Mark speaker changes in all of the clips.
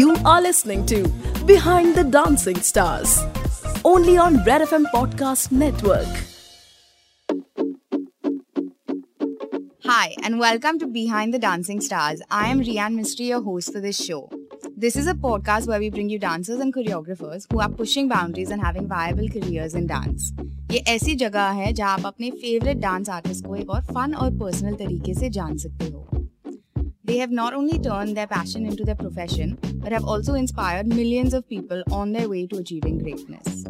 Speaker 1: You are listening to Behind the Dancing Stars, only on Red FM Podcast Network.
Speaker 2: Hi, and welcome to Behind the Dancing Stars. I am Rian Mystery, your host for this show. This is a podcast where we bring you dancers and choreographers who are pushing boundaries and having viable careers in dance. ये ऐसी जगह है जहां आप अपने favourite dance artist को एक और फन और पर्सनल तरीके से जान सकते हो They have not only turned their passion into their profession, but have also inspired millions of people on their way to achieving greatness.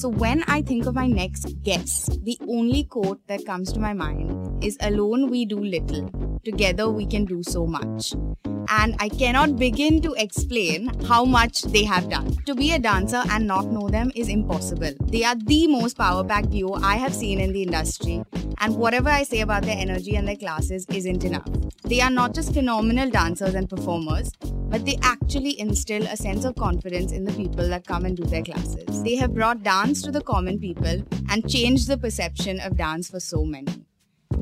Speaker 2: So, when I think of my next guest, the only quote that comes to my mind is Alone we do little, together we can do so much. And I cannot begin to explain how much they have done. To be a dancer and not know them is impossible. They are the most power packed duo I have seen in the industry, and whatever I say about their energy and their classes isn't enough. They are not just phenomenal dancers and performers, but they actually instill a sense of confidence in the people that come and do their classes. They have brought dance to the common people and changed the perception of dance for so many.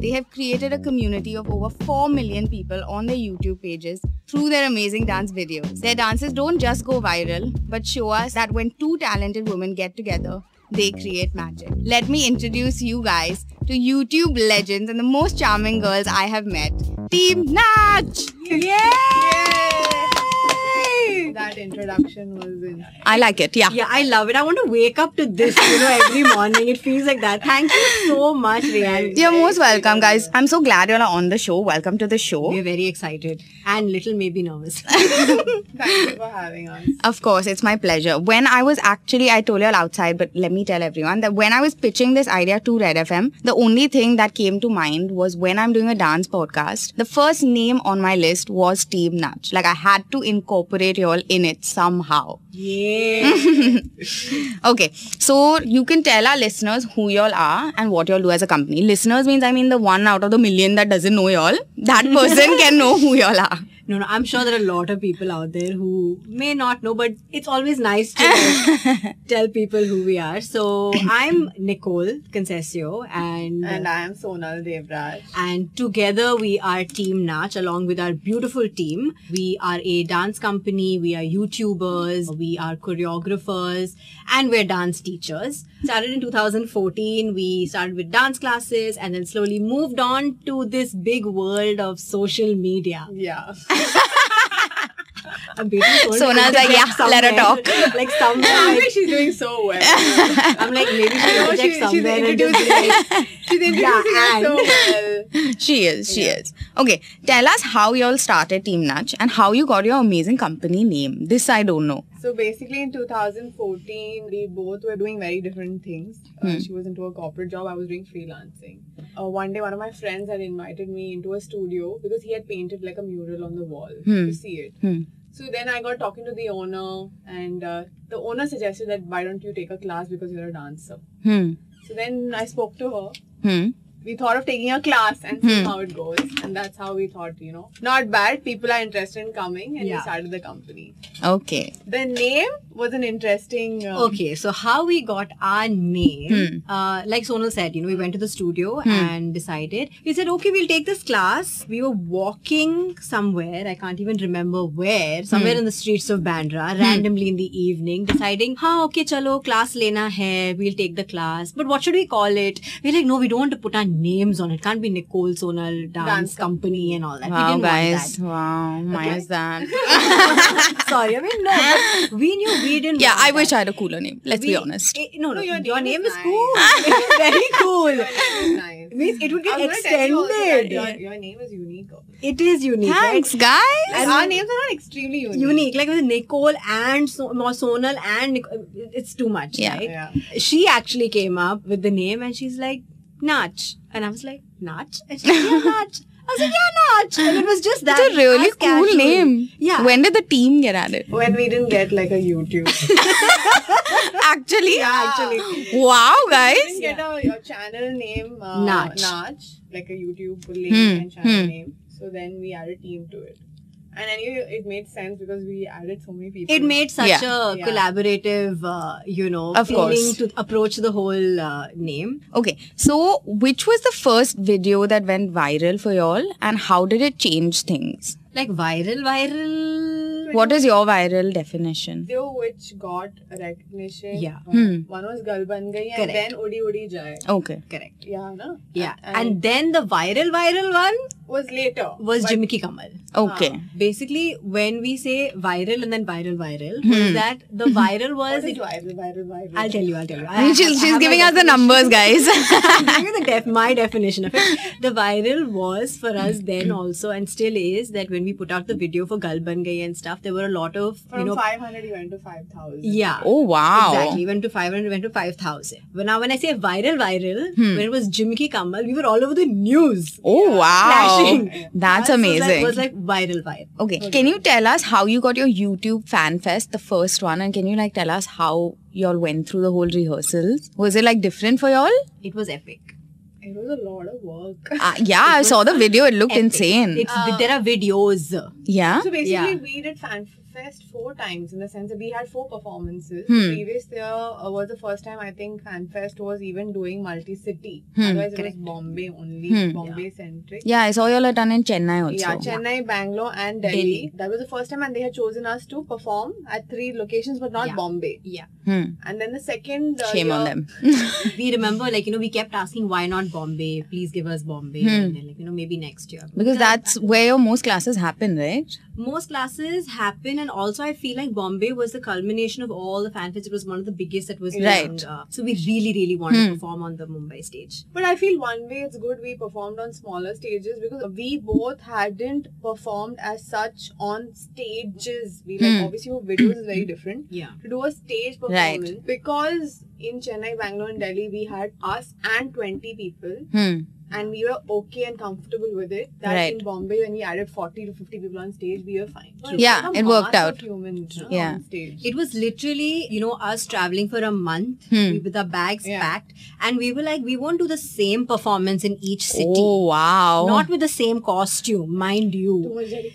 Speaker 2: They have created a community of over 4 million people on their YouTube pages through their amazing dance videos. Their dances don't just go viral, but show us that when two talented women get together, they create magic. Let me introduce you guys to YouTube legends and the most charming girls I have met. Team Natch! Yay!
Speaker 3: That introduction was in.
Speaker 2: I like it, yeah.
Speaker 3: Yeah, I love it. I want to wake up to this, you know, every morning. It feels like that. Thank you so much, Rian.
Speaker 2: You're most welcome, guys. I'm so glad you're on the show. Welcome to the show.
Speaker 3: We're very excited and little maybe nervous.
Speaker 4: Thank you for having us.
Speaker 2: Of course, it's my pleasure. When I was actually, I told you all outside, but let me tell everyone that when I was pitching this idea to Red FM, the only thing that came to mind was when I'm doing a dance podcast, the first name on my list was Team Natch. Like I had to incorporate you all in it somehow.
Speaker 3: yeah.
Speaker 2: Okay, so you can tell our listeners who y'all are and what y'all do as a company. Listeners means I mean the one out of the million that doesn't know y'all. That person can know who y'all are.
Speaker 3: No, no, I'm sure there are a lot of people out there who may not know, but it's always nice to tell people who we are. So I'm Nicole Concessio and.
Speaker 4: And I am Sonal Devraj.
Speaker 3: and together we are Team Natch along with our beautiful team. We are a dance company, we are YouTubers, we are choreographers, and we're dance teachers. Started in 2014, we started with dance classes and then slowly moved on to this big world of social media.
Speaker 4: Yeah.
Speaker 3: I'm beating Sonal to
Speaker 2: Sonal's like,
Speaker 3: interject
Speaker 2: "Yeah, let her
Speaker 3: somewhere." like
Speaker 4: I
Speaker 3: somewhere.
Speaker 4: think she's doing so well.
Speaker 3: I'm like, maybe
Speaker 4: I
Speaker 3: she'll
Speaker 4: know
Speaker 3: interject
Speaker 4: she- she's
Speaker 3: somewhere and just
Speaker 4: introducing
Speaker 3: be like,
Speaker 4: us. She's introducing us so well.
Speaker 2: She is, she is. Okay, tell us how y'all started Team Nudge and how you got your amazing company name. This I don't know.
Speaker 4: So basically, in 2014, we both were doing very different things. Uh, She was into a corporate job, I was doing freelancing. Uh, one day, one of my friends had invited me into a studio because he had painted like a mural on the wall. You see it. So then I got talking to the owner, and uh, the owner suggested that why don't you take a class because you're a dancer.
Speaker 2: Hmm.
Speaker 4: So then I spoke to her.
Speaker 2: Hmm.
Speaker 4: we thought of taking a class and seeing
Speaker 3: Hmm.
Speaker 4: how it goes. And that's how we thought, you know, not bad. People are interested in coming and we
Speaker 3: Yeah.
Speaker 4: started the company.
Speaker 2: Okay.
Speaker 4: The name was an interesting. Um,
Speaker 3: Okay, so how we got our
Speaker 2: Hmm.
Speaker 3: name, uh, like Sonal said, you know, we went to the studio and decided. We said, okay, we'll take this class. We were walking somewhere, I can't even remember where, somewhere
Speaker 2: Hmm.
Speaker 3: in the streets of Bandra, randomly in the evening, deciding, ha, okay, chalo, class lena hai, we'll take the class. But what should we call it? We're like, no, we don't want to put our names on it. Can't be Nicole Sonal Dance,
Speaker 4: Dance
Speaker 3: Company and all that. we
Speaker 2: Wow,
Speaker 3: didn't want that
Speaker 2: guys. Wow. Minus that.
Speaker 3: sorry, I mean, no, but we knew we didn't.
Speaker 2: yeah,
Speaker 3: want
Speaker 2: I
Speaker 3: that.
Speaker 2: wish I had a cooler name. Let's be
Speaker 3: We-
Speaker 2: honest.
Speaker 3: eh, no, no,
Speaker 4: your
Speaker 3: your, name
Speaker 4: name is
Speaker 3: is cool. it's very cool.
Speaker 4: It was nice.
Speaker 3: Means it would
Speaker 4: I
Speaker 3: get
Speaker 4: was gonna tell you also that Your,
Speaker 3: extended.
Speaker 4: your name is unique. Like,
Speaker 3: It is unique.
Speaker 2: Thanks,
Speaker 3: right?
Speaker 2: guys.
Speaker 4: our names are not extremely unique.
Speaker 3: Unique, like with Nicole and so- Mo- Sonal and Nicole, it's too much,
Speaker 2: Yeah.
Speaker 3: right?
Speaker 4: Yeah.
Speaker 3: She actually came up with the name and she's like, Nach. And I was like, Nach? And she's like, yeah, Nach. I was like, yeah, Nach. And it was just that.
Speaker 2: It's a really
Speaker 3: as
Speaker 2: cool
Speaker 3: casual.
Speaker 2: name.
Speaker 3: Yeah.
Speaker 2: When did the team get added?
Speaker 4: When we didn't get like a YouTube.
Speaker 2: Actually.
Speaker 4: yeah, actually.
Speaker 2: Wow,
Speaker 4: We
Speaker 2: guys.
Speaker 4: didn't get a, your channel name. Uh,
Speaker 3: Nach.
Speaker 4: Nach, Like a YouTube link
Speaker 3: Hmm.
Speaker 4: and channel name. So then we added team to it. And anyway, it made sense because we added so many people.
Speaker 3: it made such
Speaker 2: Yeah.
Speaker 3: a
Speaker 4: Yeah.
Speaker 3: collaborative, uh, you know,
Speaker 2: Of
Speaker 3: feeling
Speaker 2: course.
Speaker 3: to approach the whole uh, name.
Speaker 2: Okay. So, which was the first video that went viral for y'all and how did it change things?
Speaker 3: Like viral, viral.
Speaker 2: What is your viral definition?
Speaker 4: video which got recognition.
Speaker 3: Yeah.
Speaker 4: Uh,
Speaker 2: Hmm.
Speaker 4: One was Gal Ban Gayi and
Speaker 3: Correct.
Speaker 4: then Odi Odi Jai.
Speaker 2: Okay.
Speaker 3: Correct.
Speaker 4: Yeah, na?
Speaker 3: Yeah.
Speaker 4: And,
Speaker 3: And then the viral, viral one
Speaker 4: was later.
Speaker 3: was
Speaker 4: But
Speaker 3: Jimki Kamal.
Speaker 2: Okay.
Speaker 3: Basically, when we say viral and then viral, viral,
Speaker 2: Hmm.
Speaker 3: was that the viral
Speaker 4: what
Speaker 3: was.
Speaker 4: is viral, viral, viral?
Speaker 3: I'll tell you, I'll tell you.
Speaker 2: I mean, she's she's giving us the numbers, guys.
Speaker 3: giving you the def- my definition of it. The viral was for us then also and still is that when we put out the video for Gal Ban Gayi and stuff, there were a lot of
Speaker 4: From
Speaker 3: you know
Speaker 4: 500 he went to 5,000.
Speaker 3: yeah.
Speaker 2: oh wow.
Speaker 3: Exactly. Went to 500, went to 5,000. But now when I say viral, viral,
Speaker 2: Hmm.
Speaker 3: when it was Jimki Kamal, we were all over the news.
Speaker 2: Oh wow.
Speaker 3: Flashing.
Speaker 2: That's
Speaker 3: That was like-
Speaker 2: amazing.
Speaker 3: was like viral, viral.
Speaker 2: Okay. Can you tell us how you got your YouTube fan fest, the first one, and can you like tell us how y'all went through the whole rehearsals? Was it like different for y'all?
Speaker 3: It was epic.
Speaker 4: It was a lot of work.
Speaker 3: Uh-huh.
Speaker 2: Uh, yeah, I saw the video. It looked
Speaker 3: Epic.
Speaker 2: insane.
Speaker 3: It's, there are videos.
Speaker 2: yeah.
Speaker 4: So basically,
Speaker 3: Yeah.
Speaker 4: we did Fan Fest four times in the sense that we had four performances.
Speaker 2: Hmm.
Speaker 4: Previous year uh, was the first time I think Fan Fest was even doing multi city.
Speaker 2: Hmm,
Speaker 4: Otherwise,
Speaker 3: correct.
Speaker 4: it was Bombay only,
Speaker 2: Hmm.
Speaker 4: Bombay centric.
Speaker 2: Yeah, I saw y'all are done in Chennai also.
Speaker 4: Yeah, Chennai, Bangalore, and Delhi.
Speaker 3: Delhi.
Speaker 4: That was the first time, and they had chosen us to perform at three locations, but not
Speaker 3: Yeah.
Speaker 4: Bombay.
Speaker 3: Yeah.
Speaker 2: Hmm.
Speaker 4: And then the second uh,
Speaker 2: Shame
Speaker 4: year,
Speaker 2: on them.
Speaker 3: We remember, like, you know, we kept asking, why not Bombay? Please give us Bombay.
Speaker 2: Hmm.
Speaker 3: And then, like, you know, maybe next year.
Speaker 2: because that's where your most classes happen, right?
Speaker 3: most classes happen and also i feel like bombay was the culmination of all the fanfics it was one of the biggest that was
Speaker 2: Right. Hmm.
Speaker 3: around, uh, so we really really wanted to perform on the mumbai stage
Speaker 4: But I feel one way it's good we performed on smaller stages because we both hadn't performed as such on stages. We like
Speaker 2: Hmm.
Speaker 4: obviously our videos is very different.
Speaker 3: yeah
Speaker 4: To do a stage performance because in Chennai, Bangalore, and Delhi we had us and twenty people
Speaker 2: Hmm.
Speaker 4: and we were okay and comfortable with it. That
Speaker 2: Right.
Speaker 4: in Bombay when we added forty to fifty people on stage, we were fine. So it's
Speaker 2: Yeah,
Speaker 4: like a
Speaker 2: it worked
Speaker 4: mass of
Speaker 2: out.
Speaker 4: Humans, no,
Speaker 2: Yeah.
Speaker 4: on stage.
Speaker 3: it was literally you know us traveling for a month
Speaker 2: Hmm.
Speaker 3: with our bags
Speaker 4: Yeah.
Speaker 3: packed and we were like we won't do the same performance in each city
Speaker 2: Oh wow.
Speaker 3: not with the same costume mind you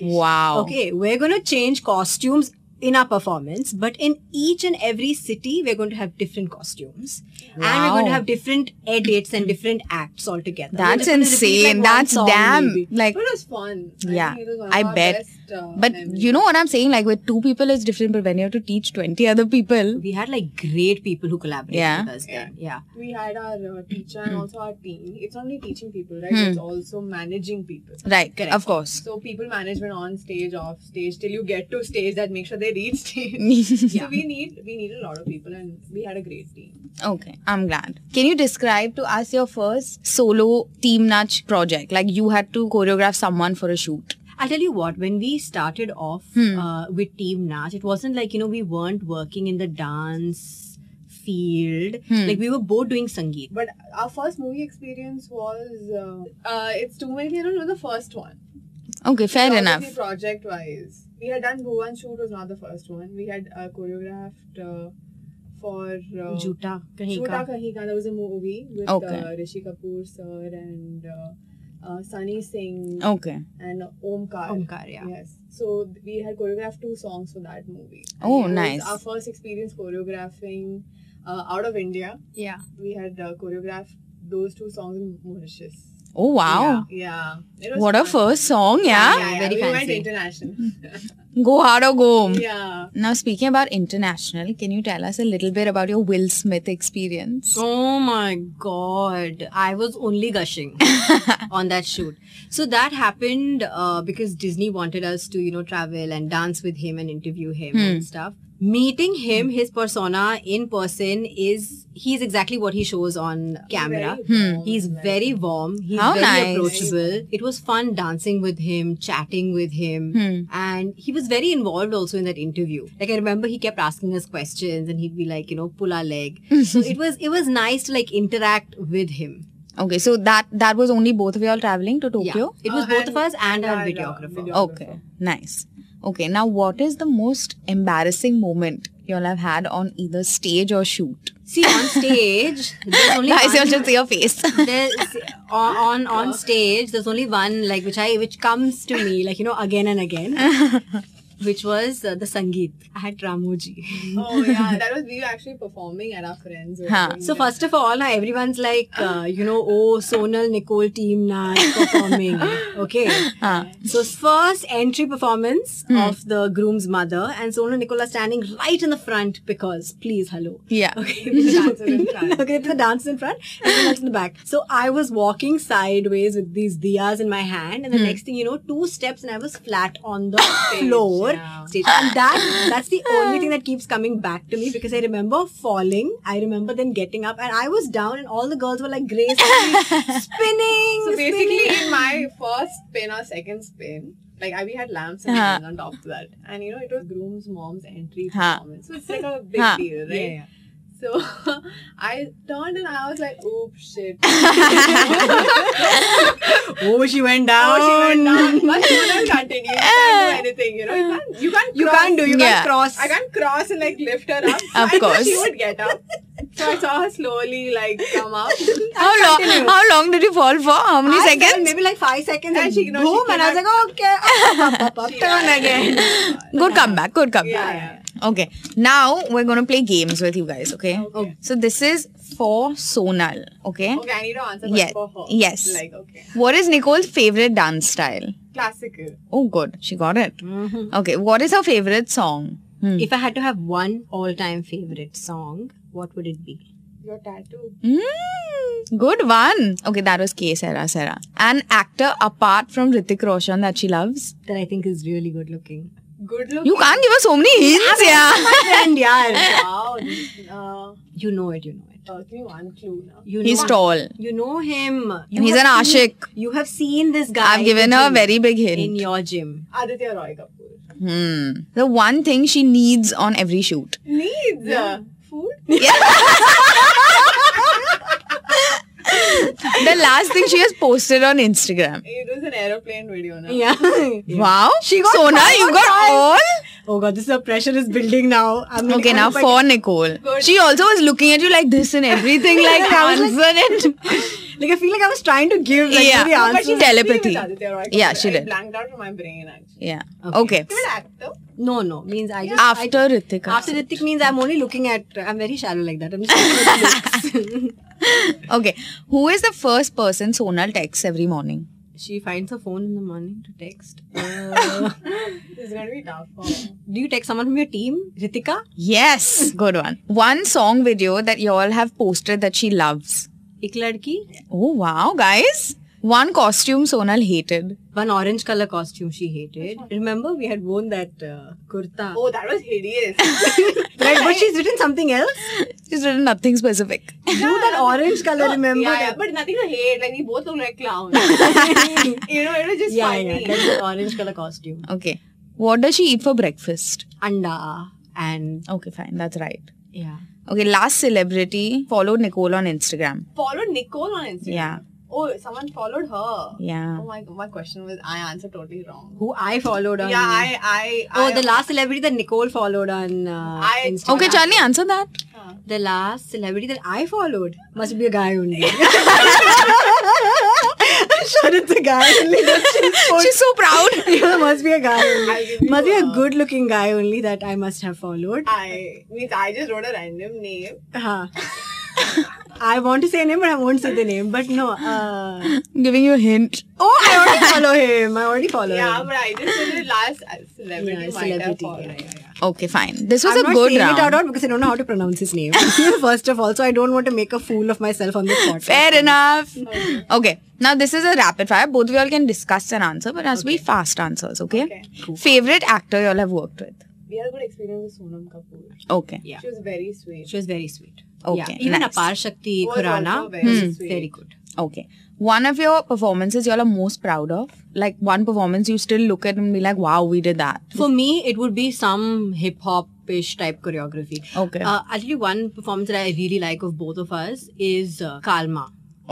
Speaker 2: wow.
Speaker 3: okay we're going to change costumes in our performance but in each and every city we're going to have different costumes and we're
Speaker 2: Wow.
Speaker 3: going to have different edits and different acts altogether We're
Speaker 2: That's
Speaker 3: just gonna repeat, like,
Speaker 2: insane.
Speaker 3: one
Speaker 2: That's
Speaker 3: song
Speaker 2: damn
Speaker 3: maybe.
Speaker 2: like
Speaker 4: But it was fun.
Speaker 2: Yeah,
Speaker 4: I, think it was one of
Speaker 2: I
Speaker 4: our
Speaker 2: bet.
Speaker 4: Best, uh,
Speaker 2: But
Speaker 4: memories.
Speaker 2: you know what I'm saying? Like with two people it's different, but when you have to teach twenty other people.
Speaker 3: we had like great people who collaborated
Speaker 2: Yeah.
Speaker 3: with us then yeah
Speaker 4: we had our uh, teacher and also our team. It's not only teaching people, right?
Speaker 2: Hmm.
Speaker 4: It's also managing people.
Speaker 2: Right.
Speaker 3: Correct.
Speaker 2: Of course.
Speaker 4: So people management on stage, off stage, till you get to stage, that make sure they reach stage. So we need we need a lot of people, and we had a great team.
Speaker 2: okay. I'm glad. Can you describe to us your first solo team nudge project? Like you had to choreograph someone for a shoot.
Speaker 3: I'll tell you what, when we started off
Speaker 2: Hmm.
Speaker 3: uh, with Team Nach, it wasn't like, you know, we weren't working in the dance field.
Speaker 2: Hmm.
Speaker 3: Like, we were both doing Sangeet.
Speaker 4: But our first movie experience was uh, uh, it's too many. You know, the first one.
Speaker 2: Okay, fair enough.
Speaker 4: Project wise, we had done Bhuvan shoot was not the first one. We had uh, choreographed uh, for uh,
Speaker 3: Juta, Kahin
Speaker 4: Chota
Speaker 3: Ka.
Speaker 4: Kahin Ka, that was a movie with
Speaker 2: Okay.
Speaker 4: uh, Rishi Kapoor sir and uh, uh, Sunny Singh
Speaker 2: Okay.
Speaker 4: and Omkar.
Speaker 3: Omkar, yeah.
Speaker 4: Yes. So th- we had choreographed two songs for that movie.
Speaker 2: Oh,
Speaker 4: it was
Speaker 2: nice.
Speaker 4: Our first experience choreographing uh, out of India.
Speaker 3: Yeah.
Speaker 4: We had uh, choreographed those two songs in Mauritius.
Speaker 2: Oh wow.
Speaker 4: Yeah. It was
Speaker 2: What a
Speaker 4: fun.
Speaker 2: first song, yeah?
Speaker 4: Yeah, yeah,
Speaker 3: Very
Speaker 4: we went
Speaker 3: fancy.
Speaker 4: international.
Speaker 2: Go hard or go home.
Speaker 4: yeah.
Speaker 2: Now speaking about international, can you tell us a little bit about your Will Smith experience?
Speaker 3: Oh my god. I was only gushing on that shoot. So that happened uh, because Disney wanted us to, you know, travel and dance with him and interview him
Speaker 2: Hmm.
Speaker 3: and stuff. Meeting him, his persona in person is he's exactly what he shows on camera.
Speaker 4: Very warm,
Speaker 3: He's
Speaker 4: like-
Speaker 3: very warm. He's
Speaker 2: Hmm. How
Speaker 3: very
Speaker 2: nice.
Speaker 3: approachable. It was fun dancing with him, chatting with him.
Speaker 2: Hmm.
Speaker 3: And he was very involved also in that interview. Like I remember he kept asking us questions and he'd be like, you know, pull our leg. so it was it was nice to like interact with him.
Speaker 2: Okay, so that that was only both of y'all traveling to
Speaker 3: Yeah.
Speaker 2: Tokyo?
Speaker 3: It was
Speaker 4: Uh,
Speaker 3: both of
Speaker 4: and-
Speaker 3: us and our
Speaker 4: and, uh,
Speaker 3: videographer.
Speaker 4: video-
Speaker 2: Okay, nice. Okay, now what is the most embarrassing moment you'll have had on either stage or shoot?
Speaker 3: See on stage, there's only
Speaker 2: I
Speaker 3: one-
Speaker 2: should see your face.
Speaker 3: there's on, on on stage there's only one like which i which comes to me like you know again and again which was uh, the Sangeet at Ramoji.
Speaker 4: Oh yeah, that was we were actually performing at our friends.
Speaker 2: Huh.
Speaker 3: So first of all, na, everyone's like, uh, you know, oh, Sonal, Nicole, Team Nash performing. Okay.
Speaker 2: Huh.
Speaker 3: So first entry performance of the groom's mother and Sonal and Nicole are standing right in the front because please, hello.
Speaker 2: Yeah.
Speaker 3: Okay.
Speaker 4: dancers in front.
Speaker 3: okay, the dance in front and the dance in the back. So I was walking sideways with these diyas in my hand, and the
Speaker 2: Hmm.
Speaker 3: next thing you know, two steps, and I was flat on the floor.
Speaker 4: yeah.
Speaker 3: Stage. And that that's the only thing that keeps coming back to me because I remember falling. I remember then getting up, and I was down, and all the girls were like gracefully spinning.
Speaker 4: So
Speaker 3: spinning.
Speaker 4: basically, in my first spin or second spin, like I, we had lamps and
Speaker 2: Huh.
Speaker 4: things on top of that, and you know it was groom's mom's entry
Speaker 2: Huh.
Speaker 4: performance, so it's like a big
Speaker 2: Huh.
Speaker 4: deal, right?
Speaker 3: Yeah, yeah.
Speaker 4: So I turned and I was like, "Oops, shit!"
Speaker 3: Oh, she went
Speaker 4: Oh,
Speaker 3: down.
Speaker 4: she went down. But she wouldn't continue. You can't do anything, you know. You can't, you can't
Speaker 3: You
Speaker 4: cross.
Speaker 3: can't do. You
Speaker 2: Yeah.
Speaker 3: can't cross.
Speaker 4: I can't cross and like lift her up. Of I thought
Speaker 2: course.
Speaker 4: she would get up. So I saw her slowly like come up.
Speaker 2: How long? How long did you fall for? How many
Speaker 3: I fell
Speaker 2: seconds?
Speaker 3: Maybe like five seconds.
Speaker 4: And
Speaker 3: And
Speaker 4: she-
Speaker 3: she,
Speaker 4: no, she
Speaker 3: boom, and I was
Speaker 4: came
Speaker 3: like, okay, up, up, up, up, turn again.
Speaker 2: Good comeback. Good comeback.
Speaker 4: Yeah,
Speaker 2: Okay. Now we're gonna play games with you guys. Okay. Oh,
Speaker 4: Okay.
Speaker 2: So this is for Sonal. Okay.
Speaker 4: Okay, I need to answer first
Speaker 2: Yeah.
Speaker 4: for her.
Speaker 2: Yes.
Speaker 4: Like okay,
Speaker 2: What is Nicole's favorite dance style?
Speaker 4: classical.
Speaker 2: Oh, good. She got it.
Speaker 4: Mm-hmm.
Speaker 2: Okay. What is her favorite song? Hmm.
Speaker 3: If I had to have one all-time favorite song, what would it be?
Speaker 4: Your tattoo.
Speaker 2: Mm, good one. Okay, that was K. Sarah Sarah. An actor apart from Ritik Roshan that she loves.
Speaker 3: That I think is really good looking.
Speaker 4: Good look.
Speaker 2: You can't give her so many hints, yeah.
Speaker 3: Friend, yeah.
Speaker 4: Wow. this- Uh,
Speaker 3: You know it. You know it.
Speaker 4: uh, give me one clue now.
Speaker 3: You know
Speaker 2: He's tall.
Speaker 3: You know him. You
Speaker 2: And he's
Speaker 3: have
Speaker 2: an
Speaker 3: seen-
Speaker 2: ashik.
Speaker 3: You have seen this guy.
Speaker 2: I've
Speaker 3: in
Speaker 2: given
Speaker 3: the
Speaker 2: her a
Speaker 3: gym.
Speaker 2: very big
Speaker 3: in
Speaker 2: hint.
Speaker 3: your gym.
Speaker 4: Aditya Roy Kapoor.
Speaker 2: Hmm. The one thing she needs on every shoot.
Speaker 4: Needs uh, food.
Speaker 2: The last thing she has posted on Instagram.
Speaker 4: It was an aeroplane video now.
Speaker 3: Yeah.
Speaker 2: Wow.
Speaker 3: She got
Speaker 2: Sona,
Speaker 3: five
Speaker 2: you
Speaker 3: on
Speaker 2: got
Speaker 3: five.
Speaker 2: all?
Speaker 3: Oh god, this the pressure is building now. I mean,
Speaker 2: Okay, now
Speaker 3: but-
Speaker 2: for Nicole. She also was looking at you like this and everything, like
Speaker 3: I was
Speaker 2: answer it.
Speaker 3: Like I feel like I was trying to give like
Speaker 2: Yeah.
Speaker 3: the
Speaker 2: No,
Speaker 4: But
Speaker 3: answer.
Speaker 4: she
Speaker 2: Answer. Telepathy.
Speaker 4: was with Aditya Roy Kapoor.
Speaker 2: Yeah, she
Speaker 4: I
Speaker 2: did.
Speaker 4: blanked out from my brain actually.
Speaker 2: Yeah.
Speaker 3: Okay.
Speaker 2: Okay.
Speaker 4: Good actor.
Speaker 3: No, no. Means I just I-
Speaker 2: After Ritik.
Speaker 3: After Ritik means I'm only looking at. I'm very shallow like that. I'm just looking at the looks.
Speaker 2: Okay. Who is the first person Sonal texts every morning?
Speaker 3: she finds her phone in the morning to text. Uh,
Speaker 4: This is gonna be tough. for her.
Speaker 3: do you text someone from your team, Ritika?
Speaker 2: Yes. Good one. One song video that y'all have posted that she loves.
Speaker 3: एक लड़की,
Speaker 2: Oh, wow, guys. One costume Sonal hated.
Speaker 3: one orange color costume she hated. Remember, we had worn that uh, kurta.
Speaker 4: Oh, that was hideous.
Speaker 3: Right, but she's written something else.
Speaker 2: She's written nothing specific.
Speaker 3: You that orange color, remember?
Speaker 4: yeah, yeah,
Speaker 3: that?
Speaker 4: but nothing to hate. Like we both look like clowns. you know, it was just
Speaker 3: yeah, yeah,
Speaker 4: funny.
Speaker 3: that's the orange color costume.
Speaker 2: Okay. What does she eat for breakfast?
Speaker 3: Anda and
Speaker 2: Okay, fine. That's right.
Speaker 3: yeah.
Speaker 2: Okay, last celebrity followed Nicole on Instagram.
Speaker 4: Followed Nicole on Instagram.
Speaker 2: Yeah.
Speaker 4: Oh, someone followed her.
Speaker 2: Yeah.
Speaker 4: Oh my, my question was I answered totally wrong.
Speaker 3: Who I followed on?
Speaker 4: Yeah, I, I,
Speaker 3: Oh,
Speaker 4: I
Speaker 3: the last celebrity that Nicole followed on uh,
Speaker 4: I-
Speaker 3: Instagram.
Speaker 2: Okay, Charlie, answer that.
Speaker 3: The last celebrity that I followed must be a guy only. I'm sure it's a guy only.
Speaker 2: She's so proud.
Speaker 3: Yeah, must be a guy
Speaker 4: I'll
Speaker 3: only.
Speaker 4: give you
Speaker 3: Must be a
Speaker 4: a-
Speaker 3: good looking guy only that I must have followed.
Speaker 4: I means I just wrote a random name.
Speaker 3: Huh. I want to say a name, but I won't say the name. But no. Uh,
Speaker 2: Giving you a hint.
Speaker 3: oh, I already follow him. I already follow
Speaker 4: Yeah,
Speaker 3: him.
Speaker 4: but I just said the last uh, celebrity
Speaker 3: Yeah,
Speaker 4: might have
Speaker 3: celebrity.
Speaker 4: followed.
Speaker 3: Yeah, yeah, yeah.
Speaker 2: Okay, fine. This was
Speaker 3: I'm
Speaker 2: a
Speaker 3: not
Speaker 2: good
Speaker 3: saying it out
Speaker 2: round.
Speaker 3: loud because I don't know how to pronounce his name. First of all, so I don't want to make a fool of myself on this podcast.
Speaker 2: Fair enough. Okay. Now this is a rapid fire. Both of y'all can discuss an answer, but it has to be fast answers, okay?
Speaker 4: Okay.
Speaker 2: Favorite actor y'all have worked with?
Speaker 4: We had a good experience with Sonam Kapoor.
Speaker 2: Okay.
Speaker 3: Yeah.
Speaker 4: She was very sweet.
Speaker 3: She was very sweet.
Speaker 2: Okay,
Speaker 3: Yeah. Even
Speaker 2: nice.
Speaker 3: Apar Shakti
Speaker 4: Was
Speaker 3: Khurana
Speaker 4: also very
Speaker 3: was
Speaker 4: sweet.
Speaker 3: very good.
Speaker 2: Okay. One of your performances y'all are most proud of? Like one performance you still look at and be like, wow, we did that.
Speaker 3: For me, it would be some hip hop ish type choreography.
Speaker 2: Okay.
Speaker 3: Uh, actually, one performance that I really like of both of us is uh, Kalma.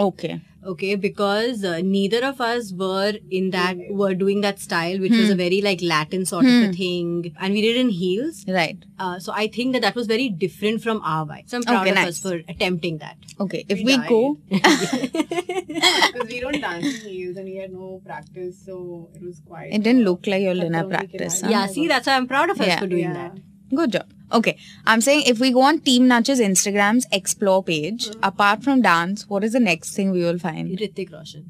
Speaker 2: Okay.
Speaker 3: okay because uh, neither of us were in that were doing that style which
Speaker 2: Hmm.
Speaker 3: was a very like latin sort of a thing and we did in heels
Speaker 2: Right.
Speaker 3: uh, so i think that that was very different from our vibe so i'm proud
Speaker 2: Okay,
Speaker 3: of
Speaker 2: nice.
Speaker 3: us for attempting that
Speaker 2: Okay. If we,
Speaker 4: We died.
Speaker 2: go,
Speaker 4: Because we don't dance in heels and he had no practice, so it was quite.
Speaker 2: it didn't look like your
Speaker 4: I
Speaker 2: Lena
Speaker 4: don't think it
Speaker 2: practice.
Speaker 4: had-
Speaker 2: huh?
Speaker 3: yeah see that's why i'm proud of us
Speaker 2: Yeah.
Speaker 3: for doing
Speaker 4: Yeah.
Speaker 3: that
Speaker 2: Good job. Okay. I'm saying if we go on Team Natch's Instagram's explore page,
Speaker 4: Hmm.
Speaker 2: apart from dance, what is the next thing we will find?
Speaker 3: Ritik Roshan.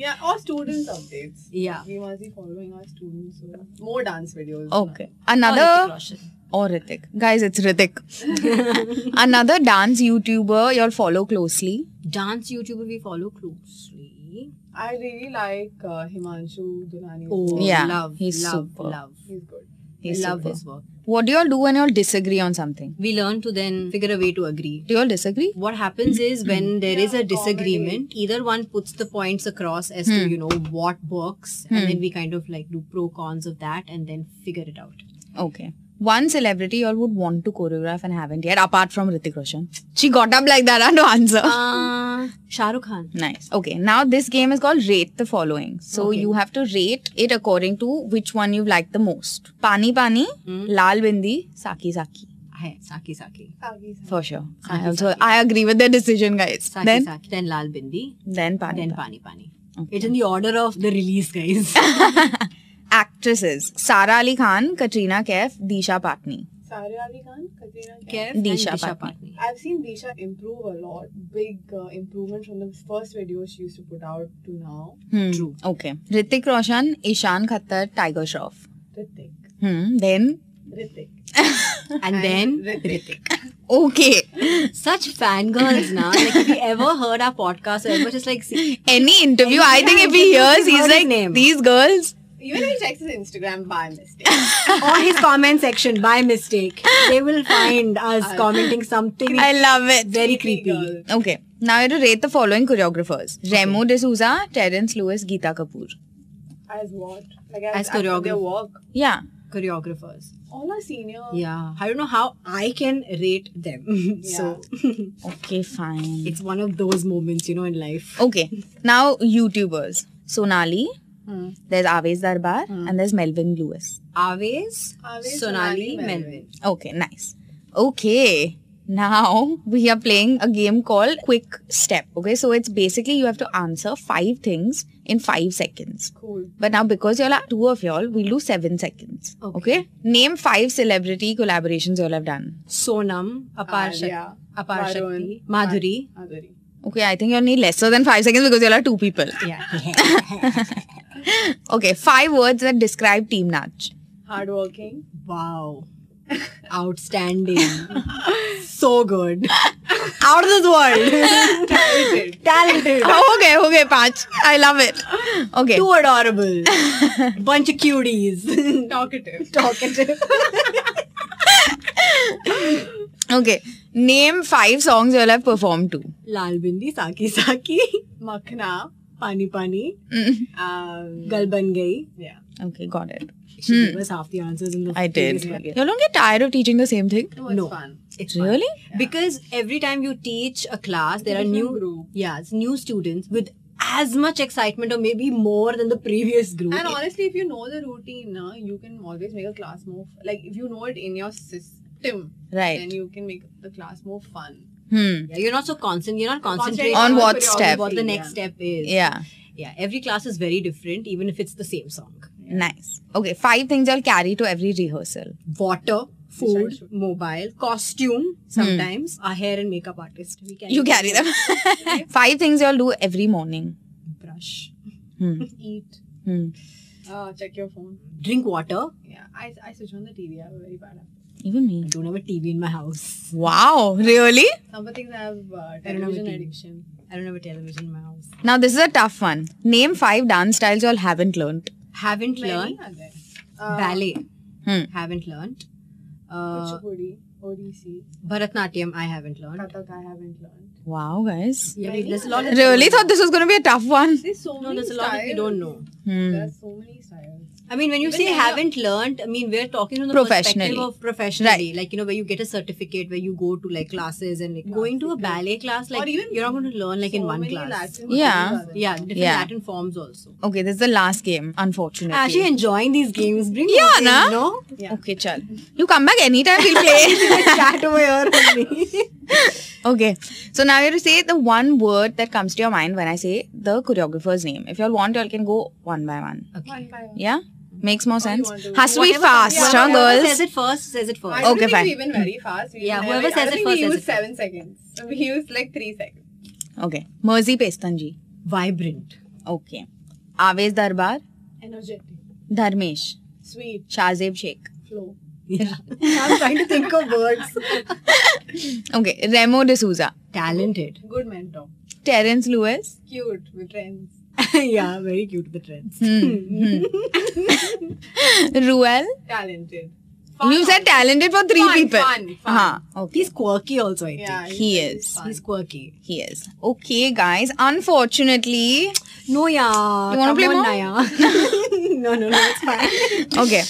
Speaker 4: Yeah, or students updates.
Speaker 3: Yeah. Oh.
Speaker 4: We must be following our students. So more dance videos.
Speaker 2: Okay.
Speaker 3: Or
Speaker 4: Oh,
Speaker 3: Hrithik
Speaker 2: Another
Speaker 3: Roshan.
Speaker 2: or Ritik. Guys, it's Ritik. Another dance YouTuber you'll follow closely.
Speaker 3: Dance YouTuber we follow closely.
Speaker 4: I really like uh, Himanshu Dulani.
Speaker 3: Oh,
Speaker 2: Yeah,
Speaker 3: love,
Speaker 2: he's
Speaker 3: love,
Speaker 2: super.
Speaker 3: love.
Speaker 4: He's good.
Speaker 2: He's
Speaker 3: I love
Speaker 2: super.
Speaker 3: his work.
Speaker 2: What do y'all do when y'all disagree on something?
Speaker 3: We learn to then figure a way to agree.
Speaker 2: Do y'all disagree?
Speaker 3: what happens is when there is
Speaker 4: Yeah,
Speaker 3: a disagreement either one puts the points across as
Speaker 2: Hmm.
Speaker 3: to you know what works and then we kind of like do pro cons of that and then figure it out
Speaker 2: Okay. One celebrity y'all would want to choreograph and haven't yet, apart from Ritik Roshan. She got up like that and to answer.
Speaker 4: Ah,
Speaker 3: uh shah rukh khan
Speaker 2: Nice. Okay. Now this game is called rate the following. So
Speaker 3: Okay.
Speaker 2: you have to rate it according to which one you like the most. Pani Pani,
Speaker 3: Hmm.
Speaker 2: Lal Bindi, Saki Saki.
Speaker 3: Hai, saki saki
Speaker 4: Sagi Sagi.
Speaker 2: For sure. I
Speaker 3: Saki
Speaker 2: also
Speaker 3: Saki.
Speaker 2: I agree with their decision, guys.
Speaker 3: saki
Speaker 2: then
Speaker 3: saki then lal bindi
Speaker 2: then Pani.
Speaker 3: then
Speaker 2: Pani.
Speaker 3: pani pani it's in the order of the release guys
Speaker 2: Actresses: Sara Ali Khan, Katrina Kaif, Disha Patni.
Speaker 4: Sare Ali Khan, Katrina Kaif.
Speaker 3: Kev and
Speaker 2: Disha
Speaker 3: Disha
Speaker 2: Patni.
Speaker 3: Patni.
Speaker 4: I've seen Disha improve a lot. Big uh, improvement from the first video she used to put out to now.
Speaker 2: Hmm.
Speaker 3: True.
Speaker 2: Okay. Ritik Roshan, Ishan Khattar, Tiger Shroff.
Speaker 4: Ritik.
Speaker 2: Hmm. Then
Speaker 4: Ritik.
Speaker 3: and then Ritik.
Speaker 2: okay.
Speaker 3: such fangirls now like if you ever heard our podcast or ever just like see
Speaker 2: Any interview, I think if he
Speaker 3: interview,
Speaker 2: hears,
Speaker 3: he's
Speaker 2: he's
Speaker 3: heard his
Speaker 2: like
Speaker 3: name.
Speaker 2: these girls.
Speaker 4: Even if he checks his Instagram by mistake.
Speaker 3: or his comment section by mistake they will find us commenting something
Speaker 2: I love it.
Speaker 3: very creepy.
Speaker 4: Girl.
Speaker 2: Okay. Now you have to rate the following choreographers. Remo D'Souza, Terence Lewis, Geeta Kapoor.
Speaker 4: As what? Like
Speaker 3: As
Speaker 4: as, as their
Speaker 3: choreographer.
Speaker 4: work.
Speaker 2: Yeah.
Speaker 3: choreographers.
Speaker 4: All our senior.
Speaker 3: Yeah. I don't know how I can rate them. So
Speaker 2: Okay, fine.
Speaker 3: it's one of those moments, you know, in life.
Speaker 2: Okay. Now YouTubers. Sonali.
Speaker 3: Hmm.
Speaker 2: There's Aves Darbar and there's Melvin Lewis.
Speaker 3: Aves,
Speaker 4: Aves,
Speaker 3: Sonali,
Speaker 4: Sonali,
Speaker 3: Melvin.
Speaker 2: Okay, nice. Okay. Now we are playing a game called Quick Step. Okay, so it's basically you have to answer five things in five seconds.
Speaker 4: Cool.
Speaker 2: But now because y'all are two of y'all, we'll do seven seconds. Okay.
Speaker 3: Okay.
Speaker 2: Name five celebrity collaborations y'all have done.
Speaker 3: Sonam, Apar Shakti,
Speaker 4: Arya,
Speaker 3: Apar
Speaker 4: Varun,
Speaker 3: Shakti, Madhuri.
Speaker 4: Adari.
Speaker 2: Okay, I think you'll need lesser than five seconds because y'all are two people.
Speaker 3: Yeah.
Speaker 2: Okay, five words that describe Team Natch.
Speaker 4: Hardworking.
Speaker 3: wow. Outstanding. so good. Out of this world.
Speaker 4: Talented.
Speaker 3: Talented.
Speaker 2: Oh, okay, okay, Panch. I love it. Okay.
Speaker 3: Too adorable. Bunch of cuties.
Speaker 4: Talkative.
Speaker 3: Talkative.
Speaker 2: Okay. Name five songs y'all have performed to.
Speaker 3: Lal Bindi, Saki Saki,
Speaker 4: Makhna.
Speaker 3: Pani Pani, Mm.
Speaker 4: Um,
Speaker 3: Gal Ban Gayi.
Speaker 4: yeah.
Speaker 2: Okay, got it.
Speaker 3: She gave us half the answers in the
Speaker 2: Hmm. I did.
Speaker 3: previous one.
Speaker 2: Y'all don't get tired of teaching the same thing?
Speaker 4: No, it's
Speaker 3: No.
Speaker 4: fun.
Speaker 3: It's fun.
Speaker 2: Really?
Speaker 3: Because every time you teach a class, there are new
Speaker 4: Different group.
Speaker 3: yeah, it's new students with as much excitement or maybe more than the previous group.
Speaker 4: And honestly, if you know the routine, na, you can always make a class more. F- like if you know it in your system,
Speaker 2: Right.
Speaker 4: then you can make the class more fun.
Speaker 2: Hmm.
Speaker 3: Yeah, you're not so constant. You're not concentrating
Speaker 4: Concentrate
Speaker 2: On
Speaker 4: the
Speaker 2: what
Speaker 4: choreography,
Speaker 2: step?
Speaker 3: what the next
Speaker 4: yeah.
Speaker 3: step is.
Speaker 2: Yeah.
Speaker 3: yeah. Every class is very different, even if it's the same song.
Speaker 2: Nice. Okay, five things I'll carry to every rehearsal.
Speaker 3: Water, food,
Speaker 4: should-
Speaker 3: mobile, costume. Sometimes our hair and makeup artist. We can
Speaker 2: Hmm. You carry them. five things y'all do every morning.
Speaker 3: Brush,
Speaker 4: Eat.
Speaker 2: Hmm.
Speaker 4: Uh, check your phone.
Speaker 3: drink water.
Speaker 4: Yeah, I, I switch on the TV. I'm very bad at it.
Speaker 2: Even me.
Speaker 3: I don't have a TV in my house.
Speaker 2: Wow, really?
Speaker 4: Some things I have uh,
Speaker 3: I don't have a
Speaker 4: television
Speaker 3: TV.
Speaker 4: addiction.
Speaker 3: I don't have a television in my house.
Speaker 2: Now this is a tough one. Name five dance styles y'all haven't learned.
Speaker 3: Haven't
Speaker 4: Many
Speaker 3: learned
Speaker 4: are there. Uh,
Speaker 3: ballet.
Speaker 2: Hmm.
Speaker 3: Haven't learned. Uh,
Speaker 4: Kuchipudi, ODC,
Speaker 3: Bharatnatyam, I haven't learned.
Speaker 4: Kathak I haven't learned.
Speaker 2: Wow, guys.
Speaker 3: Yeah, we, there's a lot of
Speaker 2: Really thought this was going to be a tough one.
Speaker 4: There's so
Speaker 3: no,
Speaker 4: many
Speaker 3: there's a lot
Speaker 4: styles.
Speaker 3: of we don't know.
Speaker 2: Hmm.
Speaker 4: There's so many styles.
Speaker 3: I mean, when you
Speaker 4: Even
Speaker 3: say
Speaker 4: when you're-
Speaker 3: haven't learned, I mean, we're talking from the
Speaker 2: Professionally.
Speaker 3: perspective of professionally, like you know, where you get a certificate, where you go to like classes and like going to a ballet class, like
Speaker 4: Or even
Speaker 3: you're not going to learn like in
Speaker 4: So
Speaker 3: one
Speaker 4: many
Speaker 3: class.
Speaker 4: Latin
Speaker 2: Yeah.
Speaker 4: words are there.
Speaker 3: Yeah, different
Speaker 2: Yeah.
Speaker 3: Latin forms also.
Speaker 2: Okay, this is the last game, unfortunately.
Speaker 3: Actually, enjoying these games. Bring
Speaker 2: Yeah,
Speaker 3: those in,
Speaker 2: na?
Speaker 3: no?
Speaker 2: Okay, chal. You come back anytime we'll play.
Speaker 3: Chat over here. only.
Speaker 2: okay. So now you have to say the one word that comes to your mind when I say the choreographer's name. If y'all want, y'all can go one by one.
Speaker 4: One by one.
Speaker 2: Yeah? Makes
Speaker 3: Oh,
Speaker 2: more sense.
Speaker 4: want to-
Speaker 2: Has to be
Speaker 3: Whatever
Speaker 2: fast,
Speaker 3: comes-
Speaker 2: huh,
Speaker 3: whoever
Speaker 2: girls?
Speaker 3: Says it first. Says it
Speaker 4: I
Speaker 3: first.
Speaker 4: don't
Speaker 2: Okay,
Speaker 4: think
Speaker 2: fine.
Speaker 4: We even very fast. We
Speaker 3: Yeah,
Speaker 4: never-
Speaker 3: whoever
Speaker 4: I
Speaker 3: says
Speaker 4: don't
Speaker 3: it
Speaker 4: think
Speaker 3: first
Speaker 4: We
Speaker 3: says
Speaker 4: used
Speaker 3: it.
Speaker 4: seven seconds. We used like three seconds.
Speaker 2: Okay. Merzi Pestanji.
Speaker 3: Vibrant.
Speaker 2: Okay. Avez Darbar.
Speaker 4: Energetic,
Speaker 2: Dharmesh.
Speaker 4: sweet,
Speaker 2: Shazib Sheikh.
Speaker 4: flow,
Speaker 3: Yeah. I'm trying to think of words.
Speaker 2: Okay. Remo D'Souza.
Speaker 3: Talented.
Speaker 4: good mentor,
Speaker 2: Terence Lewis.
Speaker 4: cute with friends,
Speaker 3: yeah, very cute the trends.
Speaker 2: Ruel.
Speaker 4: talented.
Speaker 2: You said talented for three
Speaker 4: Fun,
Speaker 2: people.
Speaker 4: fun, fun.
Speaker 2: Huh. Okay.
Speaker 3: He's quirky also, I think.
Speaker 4: Yeah,
Speaker 2: He is.
Speaker 3: He's quirky.
Speaker 2: He is. Okay, guys. Unfortunately.
Speaker 3: No, yeah.
Speaker 2: You wanna
Speaker 3: come
Speaker 2: play
Speaker 3: on,
Speaker 2: more?
Speaker 3: Naya. no, no, no, it's fine.
Speaker 2: Okay.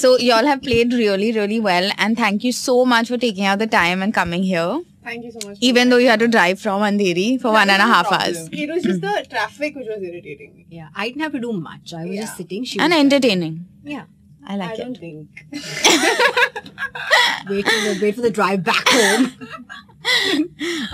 Speaker 2: So, y'all have played really, really well. And thank you so much for taking out the time and coming here.
Speaker 4: Thank you so much. for
Speaker 2: Even
Speaker 4: that.
Speaker 2: though you had to drive from Andheri for one and a
Speaker 4: No
Speaker 2: half
Speaker 4: problem.
Speaker 2: hours.
Speaker 4: It was just the traffic which was irritating me.
Speaker 3: Yeah, I didn't have to do much. I was
Speaker 4: Yeah.
Speaker 3: just sitting. She
Speaker 2: And
Speaker 3: was-
Speaker 2: entertaining.
Speaker 3: yeah.
Speaker 2: I like
Speaker 4: I
Speaker 2: it.
Speaker 4: don't think.
Speaker 3: Wait for the wait for the drive back home.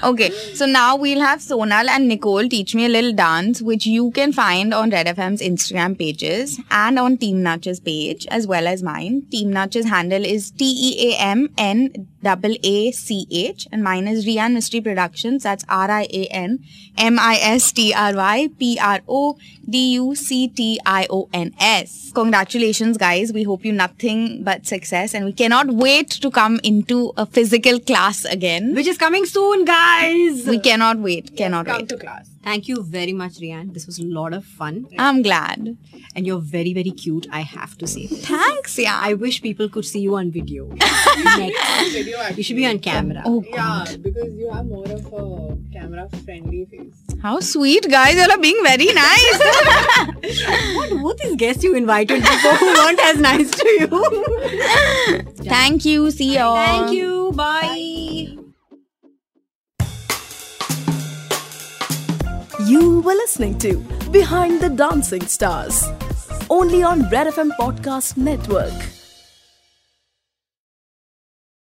Speaker 2: Okay, so now we'll have Sonal and Nicole teach me a little dance, which you can find on Red FM's Instagram pages and on Team Natch's page as well as mine. Team Natch's handle is T E A M N double A C H, and mine is Rian Mystery Productions. That's R I A N M I S T R Y P R O D U C T I O N S. Congratulations, guys. We hope you nothing but success, and we cannot wait to come into a physical class again.
Speaker 3: Which is coming soon, guys.
Speaker 2: We cannot wait. cannot
Speaker 4: Come
Speaker 2: wait.
Speaker 4: to class.
Speaker 3: Thank you very much, Rian. This was a lot of fun.
Speaker 2: I'm glad.
Speaker 3: And you're very, very cute, I have to say.
Speaker 2: Thanks, yeah.
Speaker 3: I wish people could see you on video.
Speaker 4: Video
Speaker 3: you
Speaker 4: actually.
Speaker 3: should be on camera.
Speaker 2: oh,
Speaker 4: Yeah, because you have more of a camera friendly face.
Speaker 2: how sweet, guys. Y'all are being very nice.
Speaker 3: What were these guests you invited before who weren't as nice to you?
Speaker 2: Thank you. See y'all.
Speaker 3: Thank you. Bye.
Speaker 1: You were listening to Behind the Dancing Stars, only on Red FM Podcast Network.